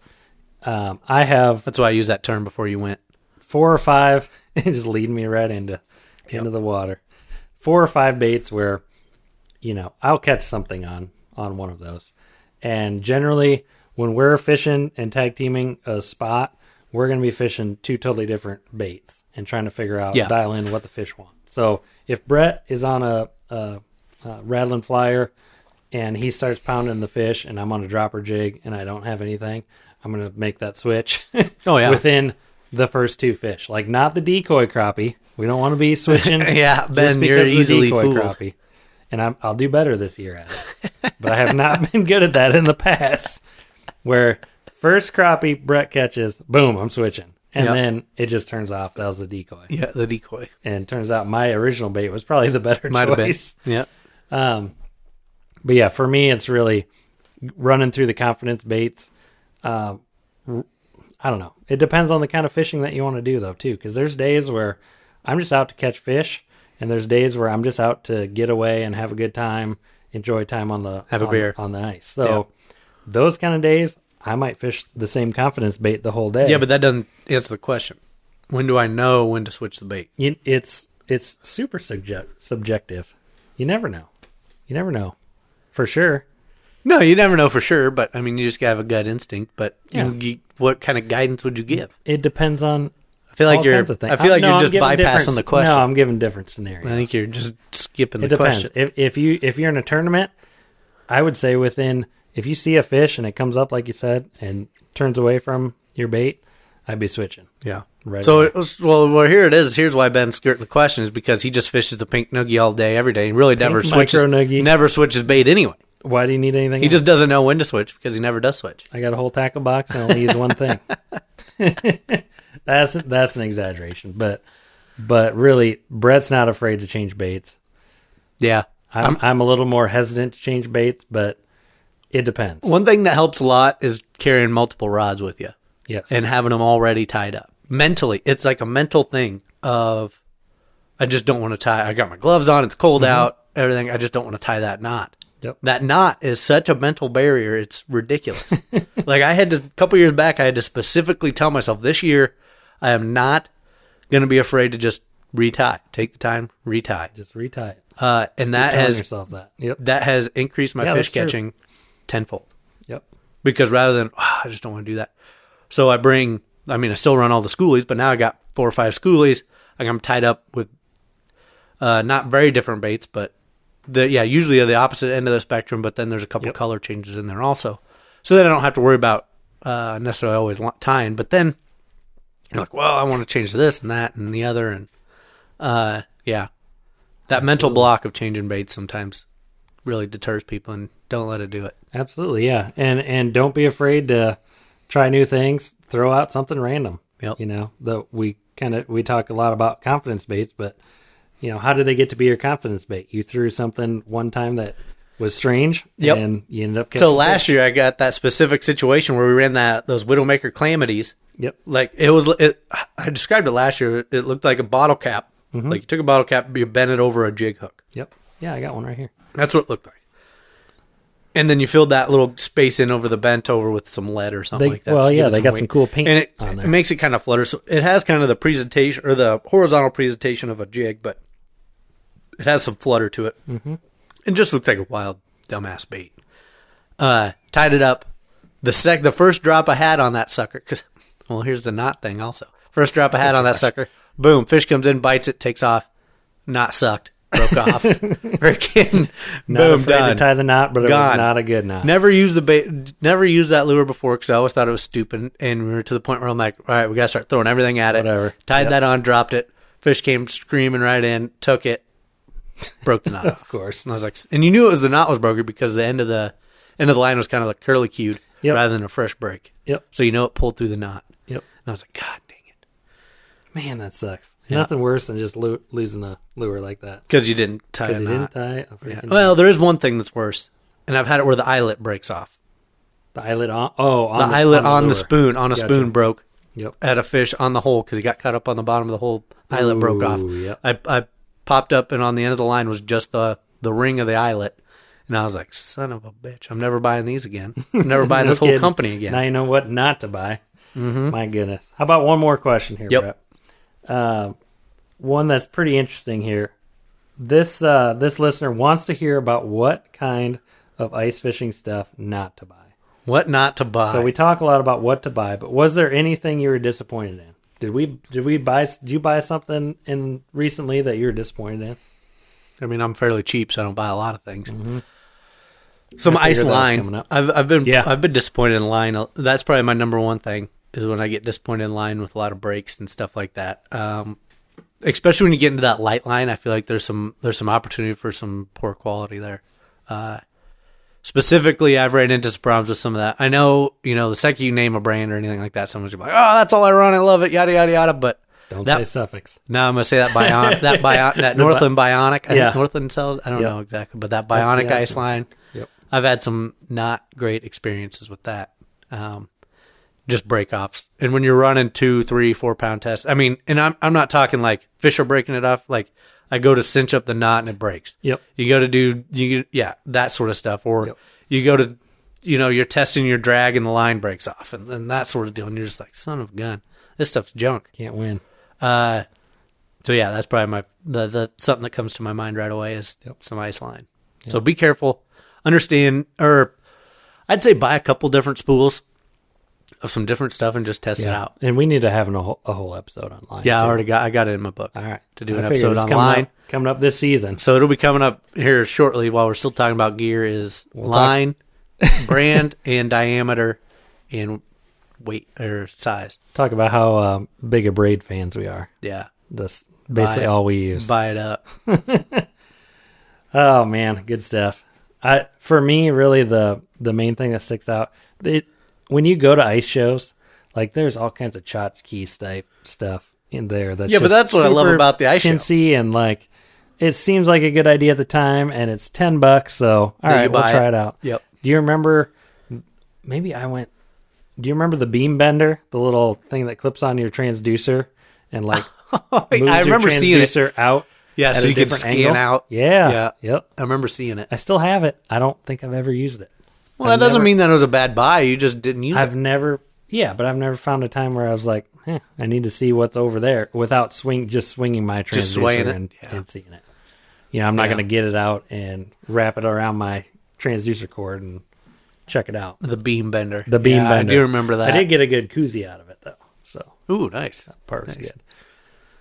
um, I have That's why I use that term before you went. four or five and just lead me right into into the water. Four or five baits where, you know, I'll catch something on on one of those. And generally when we're fishing and tag teaming a spot, we're gonna be fishing two totally different baits and trying to figure out Yeah. dial in what the fish want. So if Brett is on a, a, a rattling uh, flyer and he starts pounding the fish and I'm on a dropper jig and I don't have anything, I'm gonna make that switch. Oh, yeah. Within the first two fish. Like not the decoy crappie. We don't want to be switching. Yeah, just then you're because of the easily decoy fooled. crappie. And I'm, I'll do better this year at it. but I have not been good at that in the past. Where first crappie Brett catches, boom, I'm switching. And Yep. then it just turns off. That was the decoy. Yeah, the decoy And it turns out my original bait was probably the better might have been. choice. Yeah, Um, but yeah, for me, it's really running through the confidence baits. Uh, r- I don't know. It depends on the kind of fishing that you want to do, though, too, because there's days where I'm just out to catch fish, and there's days where I'm just out to get away and have a good time, enjoy time on the Have a on- beer. on the ice. So those kind of days, I might fish the same confidence bait the whole day. yeah, but that doesn't answer the question. When do I know when to switch the bait? You- it's it's super subject subjective. You never know. You never know, for sure. No, you never know for sure, but I mean, you just gotta have a gut instinct. But you- Yeah. you- what kind of guidance would you give? It depends on I feel like all you're. kinds of things. I feel Uh, like no, you're I'm just giving bypassing different- the question. No, I'm giving different I scenarios. think you're just skipping it the depends. question. If, if you if you're in a tournament, I would say within if you see a fish and it comes up like you said and turns away from your bait, I'd be switching. Yeah. Right So away. it was, well, well, here it is. Here's why Ben's skirting the question is because he just fishes the pink noogie all day, every day. He really never Pink switches. micro noogie. Never switches bait anyway. Why do you need anything? He else? just doesn't know when to switch because he never does switch. I got a whole tackle box and I only use one thing. that's that's an exaggeration, but but really, Brett's not afraid to change baits. Yeah. I'm, I'm a little more hesitant to change baits, but it depends. One thing that helps a lot is carrying multiple rods with you Yes, and having them already tied up. mentally. It's like a mental thing of I just don't want to tie. I got my gloves on. It's cold out. Everything. I just don't want to tie that knot. Mm-hmm. Yep. That knot is such a mental barrier. It's ridiculous. like I had to a couple years back. I had to specifically tell myself this year, I am not going to be afraid to just retie. Take the time, retie. Just retie it. Uh, and that Telling has yourself that. Yep. that has increased my Yeah, fish that's true. catching tenfold Yep. because rather than "Ah, I just don't want to do that, so I bring. I mean, I still run all the schoolies, but now I got four or five schoolies. Like I'm tied up with uh, not very different baits, but the yeah, usually at the opposite end of the spectrum. But then there's a couple Yep. color changes in there also, so then I don't have to worry about uh, necessarily always lo- tying. But then you're like, well, I want to change this and that and the other, and uh, yeah, that mental block of changing baits sometimes really deters people and don't let it do it. Absolutely. Yeah. And and don't be afraid to try new things. Throw out something random. Yep. You know that we kind of we talk a lot about confidence baits, but you know how do they get to be your confidence bait? You threw something one time that was strange, Yep. and you ended up catching So last year I got that specific situation where we ran that those Widowmaker calamities. Yep. Like it was, it, I described it last year. It looked like a bottle cap. Mm-hmm. Like you took a bottle cap, you bent it over a jig hook. Yep. Yeah, I got one right here. That's what it looked like. And then you filled that little space in over the bent over with some lead or something They- like that. well, give yeah, it they got some cool paint and it, on there. it makes it kind of flutter. So it has kind of the presentation or the horizontal presentation of a jig, but it has some flutter to it. Mm-hmm. It just looks like a wild dumbass bait. Uh, tied it up. The sec, the first drop I had on that sucker. Cause, well, here's the knot thing also. First drop I Oh, had on that sucker. Boom! Fish comes in, bites it, takes off. Knot sucked. Broke off. Freaking Not boom afraid done. to tie the knot, but it was Gone. not a good knot. Never used the bait. Never used that lure before because I always thought it was stupid. And we were to the point where I'm like, all right, we gotta start throwing everything at it. Whatever. Tied Yep. that on, dropped it. Fish came screaming right in, took it, broke the knot. Of off. course. And I was like, and you knew it was the knot was broken because the end of the end of the line was kind of like curly cued Yep. rather than a fresh break. Yep. So you know it pulled through the knot. Yep. And I was like, God dang it, Man, that sucks. Nothing worse than just lo- losing a lure like that because you didn't tie a because you didn't knot. tie a Yeah. freaking Well, there is one thing that's worse, and I've had it where the eyelet breaks off. the eyelet on. Oh, on The, eyelet on lure. the, spoon on a Gotcha. spoon broke. Yep. at a fish on the hole because he got caught up on the bottom of the hole. Eyelet broke off. Ooh, yep. I, I popped up, and on the end of the line was just the the ring of the eyelet. And I was like, son of a bitch, I'm never buying these again. I'm never buying No this whole kidding. company again. Mm-hmm. Now you know what not to buy. My goodness. How about one more question here, Yep. Brett? Uh, one that's pretty interesting here. This uh, this listener wants to hear about what kind of ice fishing stuff not to buy. What not to buy? So we talk a lot about what to buy, but was there anything you were disappointed in? Did we did we buy did you buy something in recently that you were disappointed in? I mean, I'm fairly cheap, so I don't buy a lot of things. Some I figured ice that was coming line. up. I've I've been Yeah. I've been disappointed in line. That's probably my number one thing is when I get disappointed in line with a lot of breaks and stuff like that. Um, especially when you get into that light line, I feel like there's some there's some opportunity for some poor quality there. Uh, specifically, I've ran into some problems with some of that. I know you know the second you name a brand or anything like that, someone's gonna be like, oh, that's all I run, I love it, yada yada yada. But Don't That- say suffix. no, I'm gonna say that bionic, that bion, that Northland bionic. I Yeah. think Northland sells. I don't Yeah. know exactly, but that bionic yeah, I ice see. line. Yep. I've had some not great experiences with that. Um, just break offs, and when you're running two, three, four pound tests. I mean, and I'm I'm not talking like fish are breaking it off. Like I go to cinch up the knot and it breaks. Yep. You go to do you yeah that sort of stuff, or Yep. you go to you know you're testing your drag and the line breaks off, and then that sort of deal. And you're just like son of a gun, this stuff's junk. Can't win. Uh, so yeah, that's probably my the, the something that comes to my mind right away is Yep. some ice line. So be careful, understand, or I'd say buy a couple different spools of some different stuff and just test it out. And we need to have an, a, whole, a whole episode online. Yeah, I too. already got I got it in my book. All right. to do I an figured episode it's online. Coming up, coming up this season. So it'll be coming up here shortly. While we're still talking about gear, is We'll talk- line, brand, and diameter, and weight or size. Talk about how um, big of braid fans we are. Yeah, That's basically Buy it. all we use. buy it up. Oh man, good stuff. I for me, really the the main thing that sticks out it, when you go to ice shows, like there's all kinds of tchotchke type stuff in there. That's Yeah, but just that's what I love super about the ice show. chintzy and like it seems like a good idea at the time, and it's ten bucks. So all you right, we'll buy try it. it out. Yep. Do you remember? Maybe I went Do you remember the beam bender, the little thing that clips onto your transducer and like moves Oh, I remember your seeing it. transducer out? Yeah, at so a you can different scan angle? out. Yeah, Yeah. Yep. I remember seeing it. I still have it. I don't think I've ever used it. Well, I've that doesn't never- mean that it was a bad buy. You just didn't use I've it. never, yeah, but I've never found a time where I was like, eh, I need to see what's over there without swing, just swinging my Just transducer swaying it, and, yeah. and seeing it. You know, I'm not Yeah. going to get it out and wrap it around my transducer cord and check it out. The beam bender. The beam Yeah, bender. I do remember that. I did get a good koozie out of it though, so Ooh, nice. that part was Nice. good.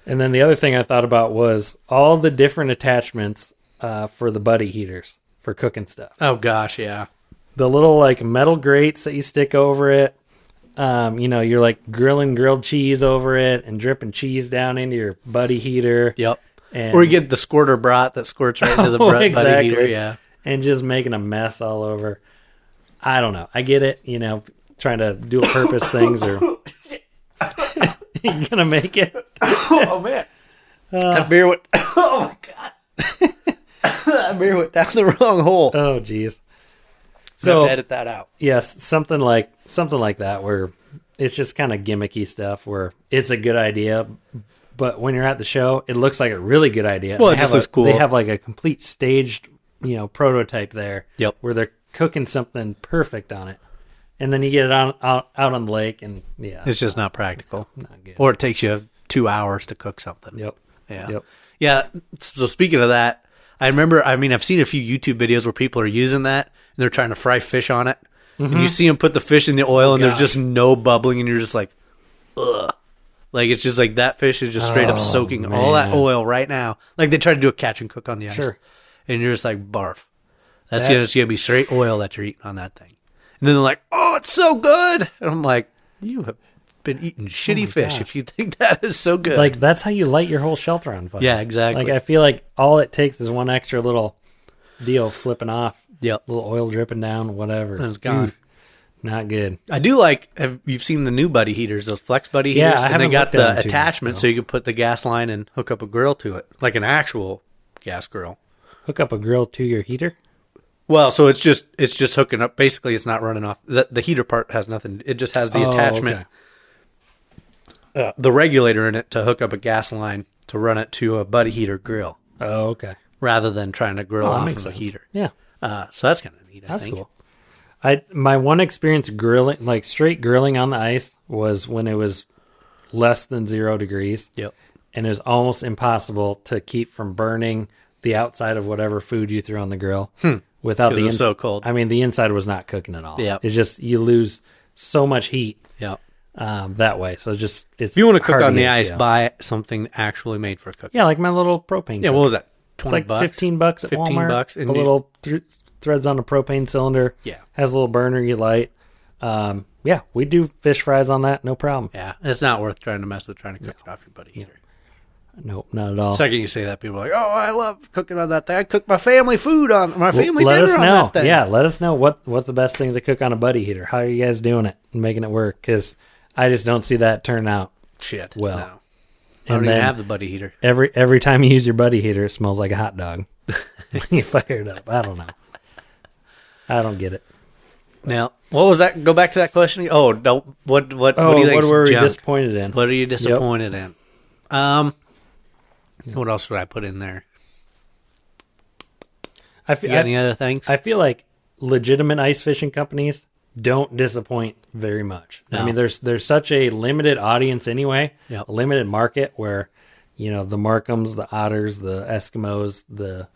And then the other thing I thought about was all the different attachments uh, for the buddy heaters for cooking stuff. Oh gosh, yeah. the little like metal grates that you stick over it. Um, you know, you're like grilling grilled cheese over it and dripping cheese down into your buddy heater. Yep. And, Or you get the squirter brat that squirts right into the Oh, br- buddy exactly. heater. Yeah. and just making a mess all over. I don't know. I get it. You know, trying to dual purpose things or you're gonna make it. oh man. that beer went. Oh my god. that beer went down the wrong hole. Oh, geez. So so edit that out. yes, something like something like that where it's just kind of gimmicky stuff where it's a good idea, but when you're at the show, it looks like a really good idea. Well, it They just have a- looks cool. They have like a complete staged, you know, prototype there. Yep. Where they're cooking something perfect on it, and then you get it on out, out on the lake, and yeah, It's just not practical. not good. Or it takes you two hours to cook something. yep. Yeah. Yep. Yeah. So speaking of that, I remember. I mean, I've seen a few YouTube videos where people are using that and they're trying to fry fish on it, Mm-hmm. and you see them put the fish in the oil, and there's just no bubbling, and you're just like, ugh. Like it's just like that fish is just straight Oh, up soaking all that man. oil right now. Like they try to do a catch and cook on the ice, Sure. and you're just like barf. That's That- just gonna be straight oil that you're eating on that thing. And then they're like, "Oh, it's so good," and I'm like, "You have been eating shitty fish if you think that is so good." Oh Like that's how you light your whole shelter on fire. yeah, exactly. Like I feel like all it takes is one extra little deal flipping off, yep. little oil dripping down, whatever. And it's gone. Oof, not good. I do like have you've seen the new buddy heaters, those flex buddy Yeah, heaters, I and they haven't got looked at them the too much, attachment though. so you can put the gas line and hook up a grill to it, like an actual gas grill. hook up a grill to your heater. Well, so it's just it's just hooking up. Basically, it's not running off. The, the heater part has nothing. It just has the Oh, attachment, uh, the regulator in it to hook up a gas line to run it to a buddy heater grill, Oh, okay. rather than trying to grill Oh, that off makes of a sense. heater. Yeah, Uh, so that's kind of neat. I that's think. cool. I my one experience grilling, like straight grilling on the ice, was when it was less than zero degrees, Yep. and it was almost impossible to keep from burning the outside of whatever food you threw on the grill without Hmm. 'Cause the it was ins- so cold. I mean, the inside was not cooking at all. Yeah. it's just you lose so much heat Yep. um, that way. So it's just it's If you want to cook hard on the get, ice, yeah. buy something actually made for cooking. yeah, like my little propane. Yeah. cooker. What was that? It's Twenty like bucks. fifteen bucks at 15 Walmart. bucks, and a you- little thr- threads on a propane cylinder. Yeah. has a little burner you light. Um, yeah, we do fish fries on that, no problem. Yeah, it's not worth trying to mess with trying to cook it off your buddy heater. Nope, not at all. Second, you say that people are like, "Oh, I love cooking on that thing. I cook my family food on my Well, family let dinner us on know. that thing." Yeah, let us know what what's the best thing to cook on a buddy heater. How are you guys doing it and making it work? Because I just don't see that turn out. shit. Well, no. I And don't even then have the buddy heater. every every time you use your buddy heater, it smells like a hot dog when you fire it up. I don't know. I don't get it. Now, what was that? Go back to that question. Oh, don't. What? What? Oh, what, what do you think? were we junk? disappointed in? What are you disappointed in? Um, what else would I put in there? I feel You got any other things? I feel like legitimate ice fishing companies don't disappoint very much. I No. mean, there's there's such a limited audience anyway, Yep. a limited market where you know the Markhams, the Otters, the Eskimos, the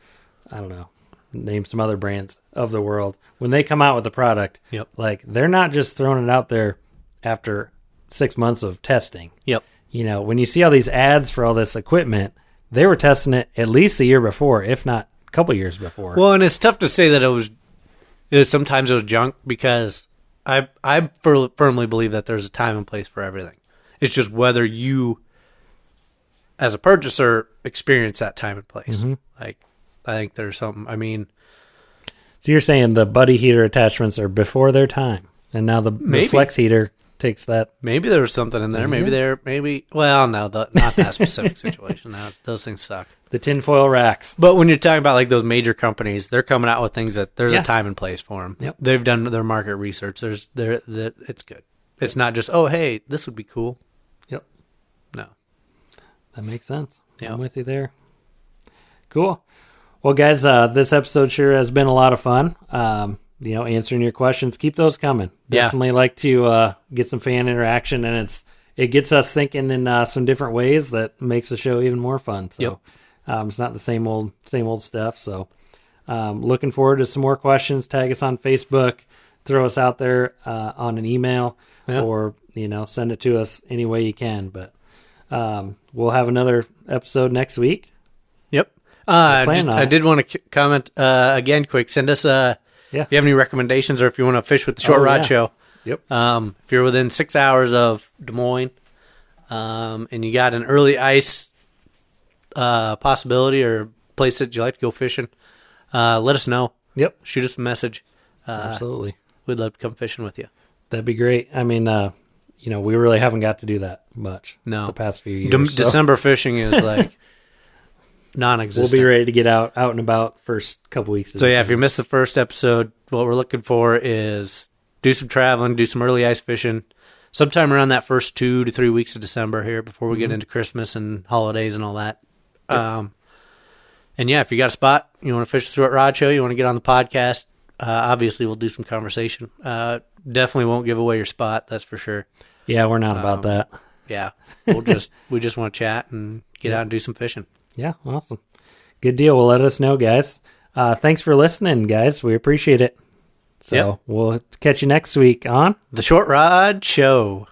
I don't know, name some other brands of the world when they come out with a product. Yep. Like they're not just throwing it out there after six months of testing. yep. You know, when you see all these ads for all this equipment, they were testing it at least a year before, if not a couple years before. Well, and it's tough to say that it was. It was sometimes it was junk because I I fir- firmly believe that there's a time and place for everything. It's just whether you, as a purchaser, experience that time and place. Like I think there's something. I mean, So you're saying the buddy heater attachments are before their time, and now the, the Maybe. flex heater takes that. maybe there was something in there. Maybe there. Maybe well, no, the, not that specific situation. That, those things suck. The tinfoil racks. But when you're talking about like those major companies, they're coming out with things that there's Yeah. a time and place for them. Yep. They've done their market research. There's there that it's good. It's not just, oh, hey, this would be cool. Yep. No. That makes sense. Yeah. I'm with you there. Cool. Well, guys, uh, this episode sure has been a lot of fun. Um, you know, answering your questions, keep those coming. Yeah. Definitely like to uh, get some fan interaction, and it's it gets us thinking in uh, some different ways that makes the show even more fun. So Yep. um, it's not the same old same old stuff. So um, looking forward to some more questions. Tag us on Facebook. Throw us out there uh, on an email, Yeah. or you know, send it to us any way you can. But um, we'll have another episode next week. Yep. Uh, plan just- on I it. did want to c- comment uh, again quick. Send us uh, Yeah. if you have any recommendations or if you want to fish with the Short Oh, Rod yeah. Show. Yep. Um, if you're within six hours of Des Moines um, and you got an early ice uh, possibility or place that you like to go fishing, uh, let us know. Yep. Shoot us a message. Uh, Absolutely. we'd love to come fishing with you. That'd be great. I mean, uh, you know, we really haven't got to do that much No. the past few years. Dem- so December fishing is like non we'll existent. be ready to get out out and about first couple weeks. Of So yeah, if you December. missed the first episode, what we're looking for is do some traveling, do some early ice fishing, sometime around that first two to three weeks of December here before we get Mm-hmm. into Christmas and holidays and all that. Um, and yeah, if you got a spot, you want to fish through at Rod Show, you want to get on the podcast, uh, obviously we'll do some conversation. Uh, definitely won't give away your spot, that's for sure. yeah, we're not about um, that. Yeah, we'll just we just want to chat and get out and do some fishing. Yeah, awesome. Good deal. Well, let us know, guys. Uh, thanks for listening, guys. We appreciate it. So Yep. we'll catch you next week on The Short Rod Show.